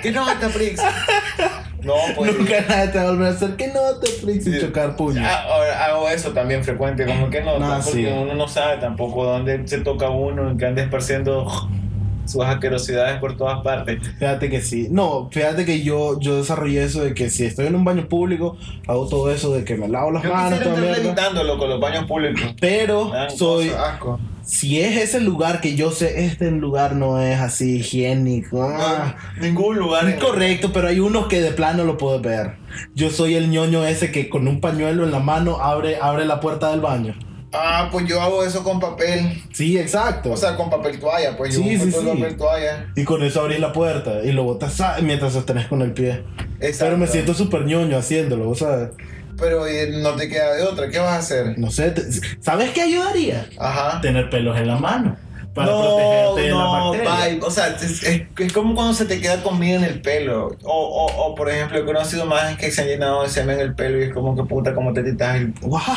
B: ¿Qué no, Caprix? No, pues.
A: Nunca nadie te va a volver a hacer que no te fricks y
B: Sí.
A: chocar puños.
B: Ah, ahora hago eso también frecuente, como que no,
A: Ah,
B: porque
A: sí.
B: uno no sabe tampoco dónde se toca uno, en que anda esparciendo sus asquerosidades por todas partes.
A: Fíjate que sí. No, fíjate que yo, yo desarrollé eso de que si estoy en un baño público, hago todo eso de que me lavo las
B: Yo
A: manos,
B: quisiera
A: toda
B: estar
A: mierda.
B: levitándolo con los baños públicos.
A: Pero
B: Me dan
A: soy,
B: cosas, asco.
A: si es ese lugar que yo sé, este lugar no es así higiénico. ah,
B: No, ningún lugar. en-
A: Correcto, pero hay unos que de plano lo puedes ver. Yo soy el ñoño ese que con un pañuelo en la mano abre, abre la puerta del baño.
B: Ah, pues yo hago eso con papel.
A: Sí, exacto.
B: O sea, con papel toalla, pues
A: Sí,
B: yo
A: sí,
B: uso todo el
A: sí.
B: papel toalla.
A: y con eso abrís la puerta y lo botas ah, mientras sostenés con el pie. Pero me
B: Exacto.
A: siento súper ñoño haciéndolo, o sea,
B: Pero eh, no te queda de otra, ¿qué vas a hacer?
A: no sé, te- ¿sabes qué ayudaría?
B: Ajá.
A: tener pelos en la mano para
B: no,
A: protegerte de la
B: no,
A: bacteria.
B: bye. O sea, es, es- es como cuando se te queda comida en el pelo. O, o, o, por ejemplo, he conocido más que se han llenado de semen en el pelo y es como que puta, como te quitas el.
A: What?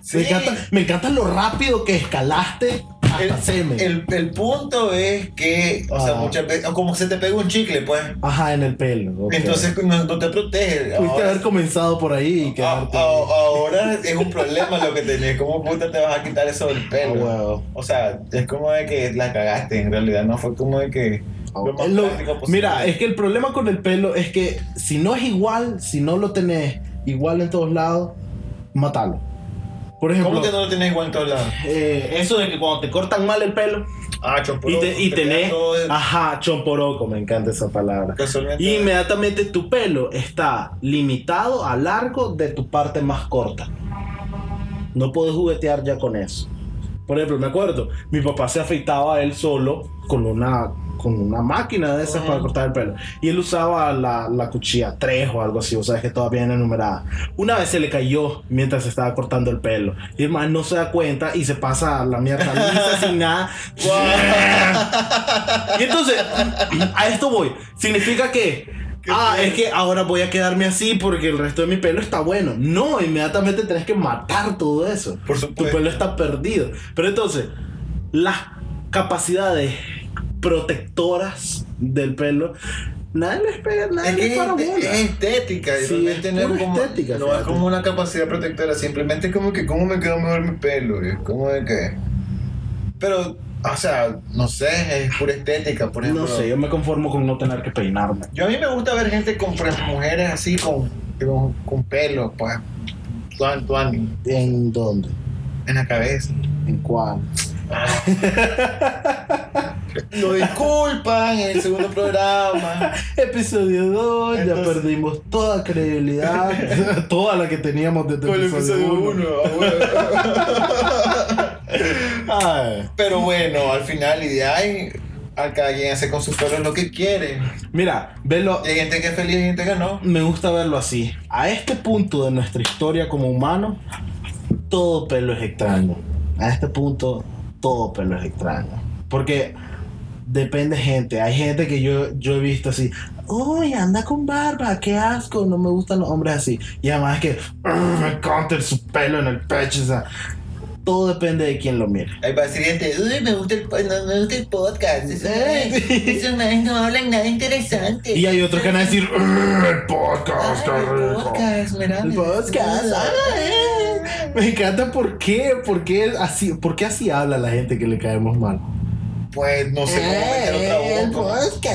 B: Sí.
A: Me, encanta, me encanta lo rápido que escalaste hasta
B: El,
A: Ah, semen.
B: el, el punto es que, o sea,
A: Ah.
B: muchas veces, o como que se te pega un chicle, pues.
A: Ajá, en el pelo. ok.
B: Entonces no, no te protege.
A: pudiste
B: Ahora- Ah,
A: haber comenzado por ahí y
B: a-
A: quedarte.
B: a- ahora es un problema lo que tenés. ¿Cómo puta te vas a quitar eso del
A: Ah,
B: pelo?
A: huevo.
B: O sea, es como de que la cagaste en realidad, no fue como de que lo más
A: Oh, Es lo-
B: práctico posible.
A: mira, es que el problema con el pelo es que si no es igual, si no lo tenés igual en todos lados, matalo. Por ejemplo,
B: ¿Cómo que no lo tenés igual en todos lados?
A: eh, eso de que cuando te cortan mal el pelo
B: Ah,
A: y,
B: chomporoco.
A: te, y tenés.
B: todo el-
A: Ajá, chomporoco, me encanta esa palabra.
B: eh, Casualmente.
A: Y Inmediatamente tu pelo está limitado a largo de tu parte más corta. No puedes juguetear ya con eso. Por ejemplo, me acuerdo, mi papá se afeitaba él solo con una, con una máquina de esas para cortar el pelo. Y él usaba la, la cuchilla 3 o algo así, o sea, es que todavía era numerada. Una vez se le cayó mientras se estaba cortando el pelo. Y el man no se da cuenta y se pasa la mierda lisa sin nada. y entonces, a esto voy. Significa que ah,
C: feo.
A: es que ahora voy a quedarme así porque el resto de mi pelo está bueno. No, inmediatamente tenés que matar todo eso.
C: Por supuesto.
A: Tu pelo está perdido. Pero entonces, las capacidades protectoras del pelo, nadie les pega, nadie
B: Es que
A: les
B: es,
A: para
B: este-
A: bola.
B: es estética. y
A: Sí,
B: realmente
A: es
B: no
A: pura
B: como,
A: estética,
B: No
A: fíjate.
B: es como una capacidad protectora, simplemente es como que cómo me quedó mejor mi pelo. y es como de que. Pero, o sea, no sé, es pura estética, por ejemplo.
A: No sé, yo me conformo con no tener que peinarme.
B: Yo a mí me gusta ver gente con por ejemplo, mujeres así con, con, con pelo, pues. Tuan, tuan,
A: ¿En dónde?
B: en la cabeza.
A: ¿En cuál?
B: Ah. Lo disculpan en el segundo programa.
A: Episodio 2, ya
B: Entonces-
A: perdimos toda credibilidad, toda la que teníamos desde
B: Con el episodio
A: uno.
B: 1.
A: Ay.
B: Pero bueno, al final, y de ahí, a cada quien hace con sus pelos lo que quiere.
A: Mira, velo,
B: Y hay gente que es feliz y hay gente que no.
A: me gusta verlo así. A este punto de nuestra historia como humano, todo pelo es extraño. A este punto, todo pelo es extraño. Porque depende gente. Hay gente que yo, yo he visto así, uy, anda con barba, qué asco, no me gustan los hombres así. Y además que, "Ugh, me encanta su pelo en el pecho. O sea, todo depende de quién lo mire.
B: Ahí va a decir gente, uy, me gusta el, po- no, me gusta el podcast. Eso
A: Sí.
B: no hablan nada interesante.
A: Y hay otros que van a decir, "Ugh, el podcast, qué
B: Ay, el
A: rico".
B: podcast, mira.
A: El podcast.
B: eh.
A: ay, me encanta por qué, por qué así, por qué así habla la gente que le caemos mal. Eh,
B: Pues no sé cómo meter otra boca.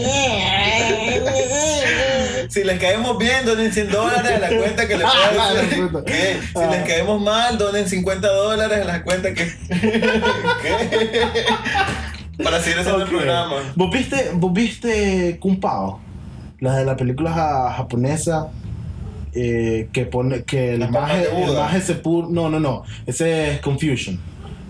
B: Si les caemos bien, donen 100 dólares a la cuenta que les
A: Ah, la
B: puedo decir.
A: puta.
B: ¿Qué? Si
A: Ah.
B: les caemos mal, donen 50 dólares a la cuenta que. ¿Qué? Para seguir
A: Ok.
B: haciendo el programa.
A: ¿Vos viste, vos viste Kung Pao? La de la película ja- japonesa eh, que pone que el
B: Las papas
A: maje,
B: de Buda.
A: el maje se pu- no, no, no, ese es Confusion.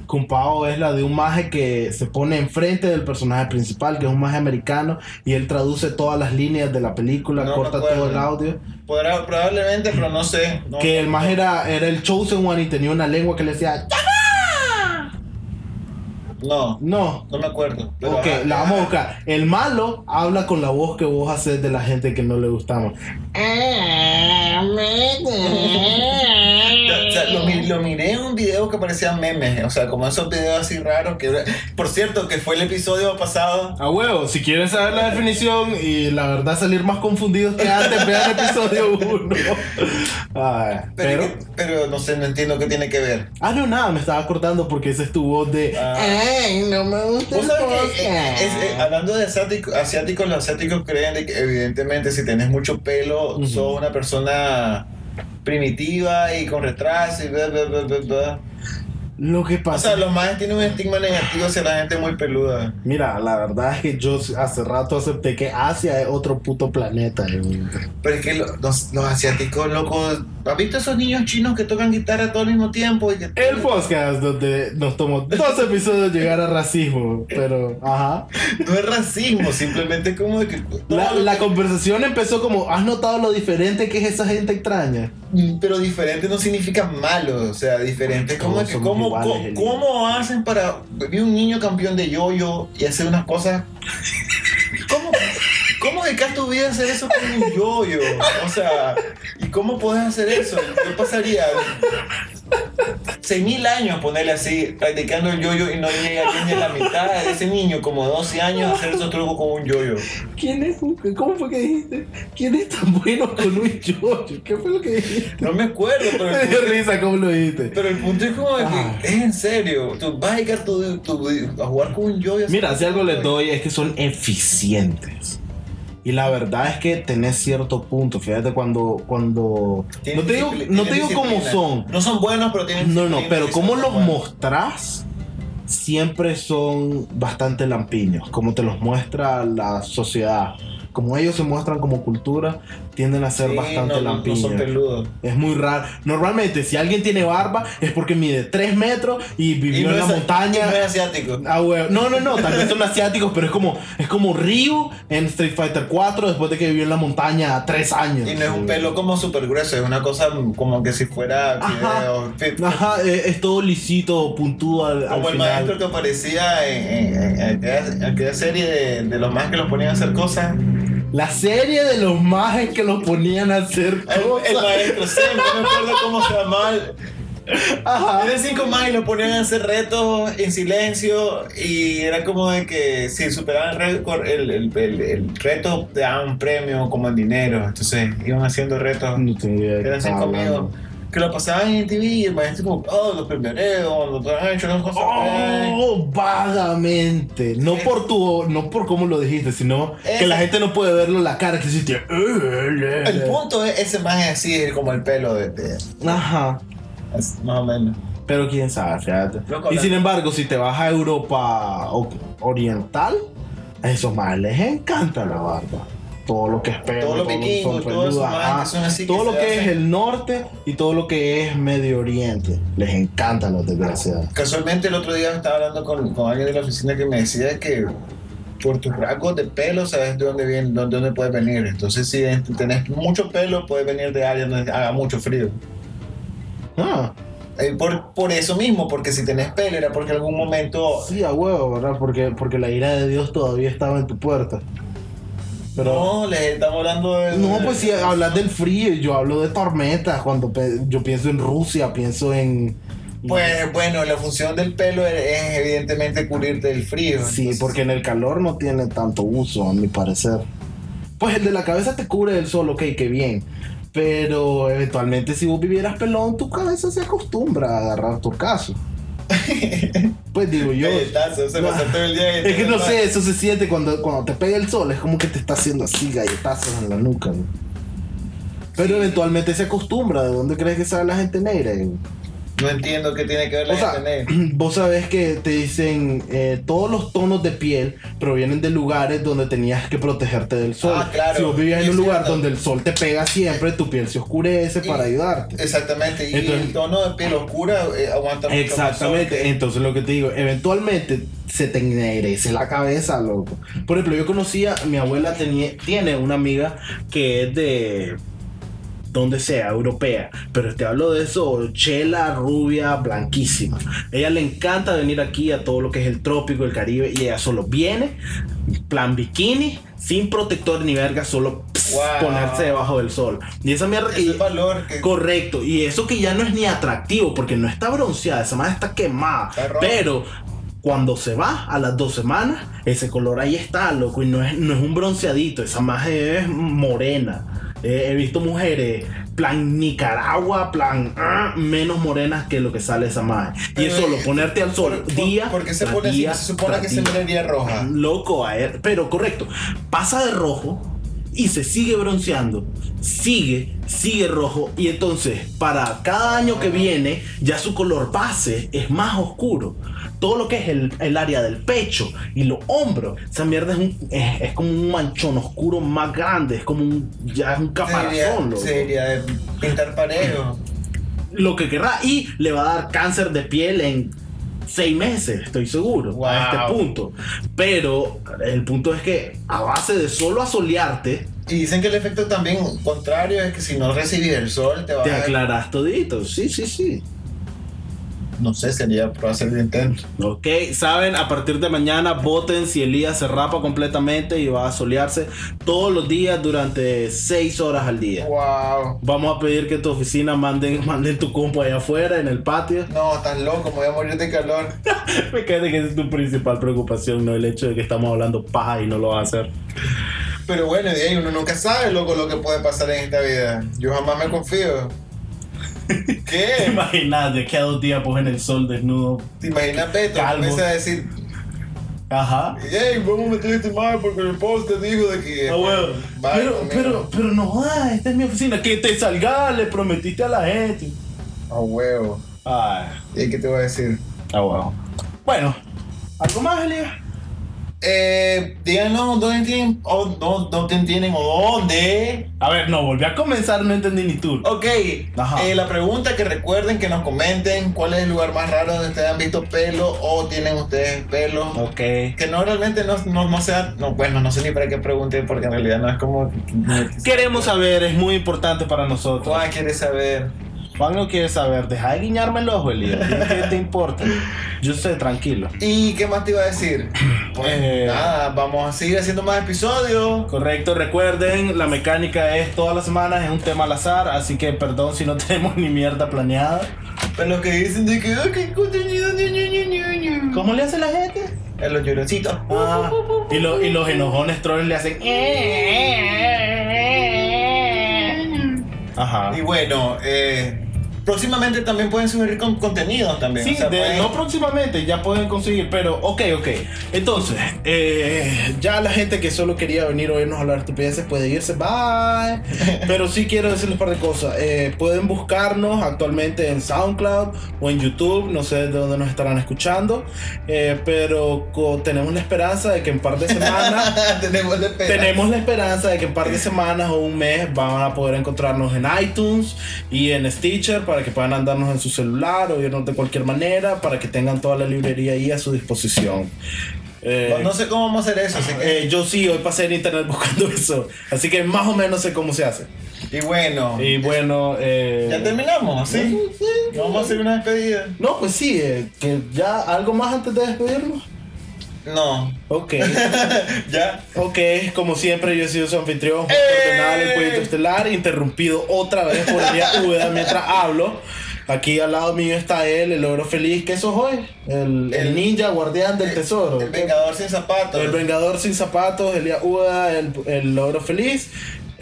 A: Kung Pao es la de un maje que se pone enfrente del personaje principal, que es un maje americano, y él traduce todas las líneas de la película,
B: No me
A: corta
B: acuerdo.
A: todo el audio.
B: Podrá, probablemente, pero no sé. No,
A: que el más era, era el chosen one y tenía una lengua que le decía "Ya".
B: No,
A: no
B: no me acuerdo. Pero,
A: ok
B: ajá.
A: la vamos a buscar el malo habla con la voz que vos haces de la gente que no le gustamos
B: O sea, lo, mi- lo miré en un video que parecía memes, o sea, como esos videos así raros que... Por cierto, que fue el episodio pasado.
A: a huevo si quieren saber la definición y la verdad salir más confundidos que antes vean episodio 1
B: Pero,
A: pero
B: pero, no sé, no entiendo qué tiene que ver.
A: ah no nada me estaba acordando porque esa es tu voz de
B: Ah.
D: Ay, no me gusta
B: ¿Vos
D: el
B: sabés que, eh,
D: podcast.
B: es- eh, hablando de asiático- asiáticos, los asiáticos creen de que evidentemente si tenés mucho pelo,
A: Ujú.
B: sos una persona primitiva y con retraso y bla, bla, bla, bla, bla.
A: lo que
B: O
A: pasa
B: sea, los más tienen un estigma negativo hacia la gente muy peluda.
A: Mira, la verdad es que yo hace rato acepté que Asia es otro puto planeta. eh, güey.
B: Pero es que lo- los, los asiáticos, locos, ¿has visto esos niños chinos que tocan guitarra todo al mismo tiempo? Y que-
A: El podcast donde nos tomó dos episodios llegar a racismo, pero ajá.
B: No es racismo, simplemente es como de que...
A: La, la conversación empezó como, ¿has notado lo diferente que es esa gente extraña?
B: Mm, Pero diferente no significa malo, o sea, diferente es como
A: Todos
B: que
A: somos
B: cómo,
A: iguales,
B: cómo-
A: Eli.
B: cómo hacen para... Vi un niño campeón de yoyo y hacer unas cosas... ¿Cómo, ¿Cómo dedicas tu vida a hacer eso con un yoyo? O sea, ¿y cómo puedes hacer eso? Yo pasaría 6.000 años ponerle así, practicando el yoyo y no llega ni a la mitad de ese niño, como 12 años, hacer esos trucos con un yoyo.
A: ¿Quién es? un- ¿Cómo fue que dijiste? ¿Quién es tan bueno con un yo? ¿Qué fue lo que dijiste?
B: No me acuerdo, pero el
A: Me dio risa, ¿cómo lo dijiste?
B: Pero el punto es como de
A: Ah.
B: que es en serio. Tú vas a llegar tu, tu- a jugar con un yo y hacer-
A: Mira, si algo les doy es que son eficientes. Y la verdad es que tenés cierto punto. Fíjate cuando. cuando no
B: Tienen
A: te digo,
B: discipli-
A: no te
B: tienen
A: digo cómo
B: disciplina.
A: son.
B: No son buenos, pero tienen.
A: No, no,
B: disciplina
A: pero
B: y
A: como
B: son
A: los
B: buenos.
A: mostrás, siempre son bastante lampiños, como te los muestra la sociedad. como ellos se muestran como cultura, tienden a ser
B: Sí,
A: bastante
B: no, no, no
A: lampiños.
B: son peludos.
A: es muy raro. Normalmente, si alguien tiene barba, es porque mide 3 metros y vivió
B: no
A: en la
B: es-
A: montaña.
B: y no es asiático.
A: Ah, huevo. No, no, no, tal vez son asiáticos, pero es como, es como Ryu en Street Fighter 4 después de que vivió en la montaña tres años.
B: Y no es un pelo como súper grueso, es una cosa como que si fuera
A: Ajá.
B: fideo, fi-
A: Ajá, eh, es, todo lisito, puntúo al, al
B: Como el
A: final.
B: maestro que aparecía en, en- en- en aquella, aquella serie de, de los más que los ponían a hacer cosas.
A: La serie de los majes que los ponían a hacer
B: El, el
A: cosas.
B: maestro Sam, no me acuerdo cómo se llamaba.
A: Ajá.
B: Eran cinco más y los ponían a hacer retos en silencio. Y era como de que si superaban el, récord, el, el- el- el reto, te daban un premio como en dinero. Entonces iban haciendo retos.
A: No tengo idea de qué
B: Eran
A: estaba
B: cinco
A: hablando.
B: amigos. Que lo pasaban en TV y el maestro como, oh, los primeros, los han hecho, las cosas. que hay".
A: Oh, vagamente. No por tu, no por cómo lo dijiste, sino que
B: Ese-
A: la gente no puede verlo en la cara que hiciste.
B: El
A: El
B: punto es, ese más es así, es como el pelo de... de-
A: Ajá.
B: es más o menos.
A: Pero quién sabe, fíjate.
B: Loco,
A: y
B: la-
A: sin embargo, si te vas a Europa o- oriental, a esos más les encanta la barba. Todo lo que es pelo,
B: Todo lo
A: que
B: vikingo,
A: son
B: todo eso,
A: peludas,
B: man,
A: ajá.
B: que son así que
A: Todo lo
B: se
A: que es
B: hacen.
A: el norte y todo lo que es Medio Oriente. Les encanta los desgraciados.
B: Casualmente el otro día estaba hablando con, con alguien de la oficina que me decía que por tus rasgos de pelo sabes de dónde viene, dónde, dónde puedes venir. Entonces si en- tenés mucho pelo puedes venir de áreas donde haga mucho frío.
A: Ah,
B: Eh, por, por eso mismo, porque si tenés pelo era porque en algún momento...
A: sí, a huevo, ¿verdad? Porque, porque la ira de Dios todavía estaba en tu puerta. Pero.
B: No, les estamos hablando de...
A: No, pues si hablas del frío, yo hablo de tormentas. Cuando pe- yo pienso en Rusia, pienso en.
B: Pues bueno, la función del pelo es, es evidentemente cubrirte del frío.
A: Sí,
B: Entonces,
A: porque en el calor no tiene tanto uso, a mi parecer. Pues el de la cabeza te cubre del sol, ok, qué bien. Pero eventualmente si vos vivieras pelón, tu cabeza se acostumbra a agarrar tu caso. Pues digo yo.
B: Galletazo, se pasó todo el día
A: Es que no sé, eso se siente cuando, cuando te pega el sol, es como que te está haciendo así galletazos en la nuca. ¿no? Pero eventualmente se acostumbra, ¿de dónde crees que sabe la gente negra? güey?
B: No entiendo qué tiene que ver la
A: O sea,
B: gente negra.
A: Vos sabés que te dicen eh, todos los tonos de piel provienen de lugares donde tenías que protegerte del sol.
B: Ah, claro.
A: Si vos vivías en
B: Es
A: un lugar
B: cierto.
A: donde el sol te pega siempre, tu piel se oscurece
B: Y-
A: para ayudarte.
B: Exactamente, y
A: Entonces-
B: el tono de piel oscura eh, aguanta mucho
A: Exactamente,
B: más sol
A: entonces lo que te digo, eventualmente se te ennegrece la cabeza, loco. Por ejemplo, yo conocía, mi abuela tenía, tiene una amiga que es de donde sea, europea, pero te hablo de eso, chela, rubia, blanquísima. Ella le encanta venir aquí a todo lo que es el trópico, el Caribe, y ella solo viene, plan bikini, sin protector ni verga, solo pss,
B: Wow.
A: ponerse debajo del sol. Y esa mierda
B: que-
A: que-
B: Ese es valor que
A: Correcto, y eso que ya no es ni atractivo porque no está bronceada, esa madre está quemada.
B: Está roja.
A: Pero cuando se va a las dos semanas, ese color ahí está, loco, y no es, no es un bronceadito, esa madre es morena. Eh, he visto mujeres, plan Nicaragua, plan ah, menos morenas que lo que sale esa madre. Y
B: Pero,
A: eso, lo ponerte al sol
B: por-
A: día.
B: porque se
A: tras
B: pone así,
A: día,
B: se supone
A: tras
B: que se
A: día.
B: miraría roja.
A: Loco a él. Pero correcto. Pasa de rojo y se sigue bronceando. Sigue, sigue rojo. Y entonces, para cada año que viene, ya su color base es más oscuro. Todo lo que es el, el área del pecho y los hombros, esa mierda es, un- es, es como un manchón oscuro más grande, es como un, ya es un
B: se diría,
A: caparazón. loco
B: se diría de pintar parejo.
A: lo que querrá y le va a dar cáncer de piel en seis meses, estoy seguro, a
B: Wow.
A: este punto. Pero el punto es que a base de solo asolearte,
B: Y dicen que el efecto también contrario es que si no recibís el sol te va
A: te
B: a...
A: aclaras todito. Sí, sí, sí.
B: No sé, sería para hacer el intento.
A: Ok, saben, a partir de mañana voten si Elías se rapa completamente y va a solearse todos los días durante seis horas al día.
B: Wow.
A: Vamos a pedir que tu oficina manden, manden tu compu allá afuera, en el patio.
B: No, estás loco, me voy a morir de calor.
A: Me cae de que esa es tu principal preocupación, no el hecho de que estamos hablando paja y no lo vas a hacer.
B: Pero bueno, de ahí uno nunca sabe, loco, lo que puede pasar en esta vida. Yo jamás me confío.
A: ¿Te
B: ¿Qué?
A: imaginas de que a dos días pues en el sol desnudo?
B: ¿Te imaginas Beto?
A: Calvo.
B: Comienza a decir,
A: Ajá.
B: hey, vamos a meter este mal porque el post te dijo de que...
A: Ah, bueno.
B: Vale,
A: Pero,
B: conmigo.
A: pero, pero no jodas, esta es mi oficina. Que te salgas, le prometiste a la gente.
B: A huevo.
A: Ay,
B: ¿Y qué te voy a decir?
A: ah, bueno. Bueno, ¿algo más, Elías?
B: eh, díganos dónde tienen, o no, dónde tienen, o dónde.
A: A ver, no, volví a comenzar, no entendí ni tú.
B: Ok,
A: Ajá.
B: eh, la pregunta que recuerden que nos comenten cuál es el lugar más raro donde ustedes han visto pelo o tienen ustedes pelo.
A: Ok.
B: Que no realmente no, no, no sea, no, bueno, no sé ni para qué pregunten porque en realidad no es como...
A: Queremos saber, es muy importante para nosotros.
B: Juan quiere saber.
A: Juan no quiere saber, deja de guiñarme el ojo, Elías. Dime ¿Qué te importa? Yo sé, tranquilo.
B: ¿Y qué más te iba a decir? Pues
A: Eh.
B: nada, vamos a seguir haciendo más episodios.
A: Correcto, recuerden, la mecánica es todas las semanas, es un tema al azar, así que perdón si no tenemos ni mierda planeada.
B: Pero los que dicen de que, "Ay, qué contenido, ñu, ñu, ñu, ñu, ñu".
A: ¿Cómo le hace la gente?
B: A los lloroncitos.
A: Ah, y, lo- y los enojones trolls le hacen... eh. Ajá.
B: Y bueno, eh, próximamente también pueden sugerir con contenidos también.
A: Sí,
B: o sea,
A: de-
B: pueden-
A: no próximamente, ya pueden conseguir, pero ok, ok. Entonces, eh, ya la gente que solo quería venir a oírnos hablar estupideces puede irse, bye. pero sí quiero decirles un par de cosas. Eh, pueden buscarnos actualmente en SoundCloud o en YouTube, no sé de dónde nos estarán escuchando, eh, pero co- tenemos la esperanza de que en par de semanas
B: tenemos de pena.
A: tenemos la esperanza de que en par de semanas o un mes van a poder encontrarnos en iTunes y en Stitcher para que puedan andarnos en su celular o irnos de cualquier manera para que tengan toda la librería ahí a su disposición. Eh,
B: No, no sé cómo vamos a hacer eso, así que-
A: eh, yo sí, hoy pasé en internet buscando eso, así que más o menos sé cómo se hace.
B: Y bueno,
A: Y bueno, eh,
B: ya terminamos, ¿sí? Vamos a hacer una despedida.
A: no, pues sí, eh, que ya algo más antes de despedirnos.
B: No.
A: Ok.
B: ya.
A: Ok, como siempre, yo he sido su anfitrión, Juan
B: ¡Eh!
A: Cardenal, el Pollito Estelar, interrumpido otra vez por Elías Úbeda mientras hablo. Aquí al lado mío está él, el ogro feliz, que sos hoy, el, el
B: El-
A: ninja guardián del tesoro.
B: El Vengador sin zapatos.
A: El vengador sin zapatos, Elías Úbeda, el, el ogro feliz.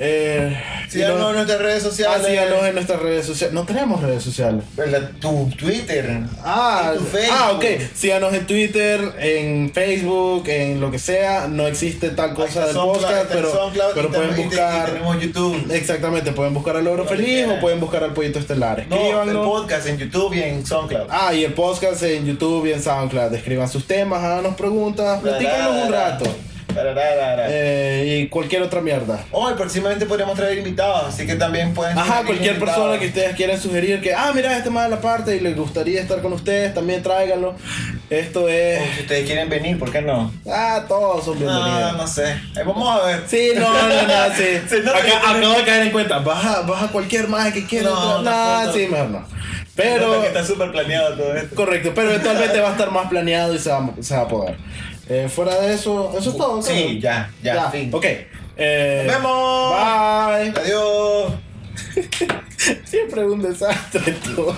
A: Eh, Ah,
B: Síganos en nuestras redes sociales.
A: síganos en nuestras redes sociales. No tenemos redes sociales.
B: ¿Verdad? Tu Twitter.
A: Ah,
B: En tu Facebook.
A: ah, ok. Síganos en Twitter, en Facebook, en lo que sea. No existe tal cosa del
B: SoundCloud,
A: podcast,
B: está en
A: pero,
B: SoundCloud,
A: pero
B: y
A: pueden
B: también- y te- Y
A: buscar.
B: tenemos YouTube.
A: Exactamente, pueden buscar al Oro
B: Lo que
A: Feliz
B: quieran.
A: o pueden buscar al Pollito Estelar.
B: No, el
A: Escríbanlo.
B: podcast en YouTube y en SoundCloud.
A: ah, y el podcast en YouTube y en SoundCloud. Escriban sus temas, háganos preguntas, platíquenos un rato.
B: Tarararara.
A: Eh, y cualquier otra mierda.
B: Hoy próximamente podríamos traer invitados, así que también pueden.
A: Ajá,
B: sugerir
A: cualquier
B: invitados.
A: persona que ustedes quieran sugerir que, ah, mira, este más de la parte y les gustaría estar con ustedes, también tráiganlo. Esto es.
B: O Eh, si ustedes quieren venir, ¿por qué no?
A: Ah, todos son bienvenidos.
B: Oh. No, no sé. Eh, vamos a ver.
A: Sí, no, no, no, sí.
B: Sí, no,
A: Acá-
B: no, no.
A: acabo de caer en cuenta. Baja, baja cualquier maje que quiera.
B: No,
A: No, no,
B: no, no.
A: sí, mejor no.
B: Nota
A: Pero,
B: que está súper planeado todo esto.
A: correcto, pero eventualmente va a estar más planeado y se va, se va a poder. Eh, fuera de eso, eso es todo.
B: Sí,
A: creo.
B: ya, ya, fin.
A: Ok. Eh,
B: Nos vemos.
A: Bye.
B: Adiós.
A: Siempre un desastre todo.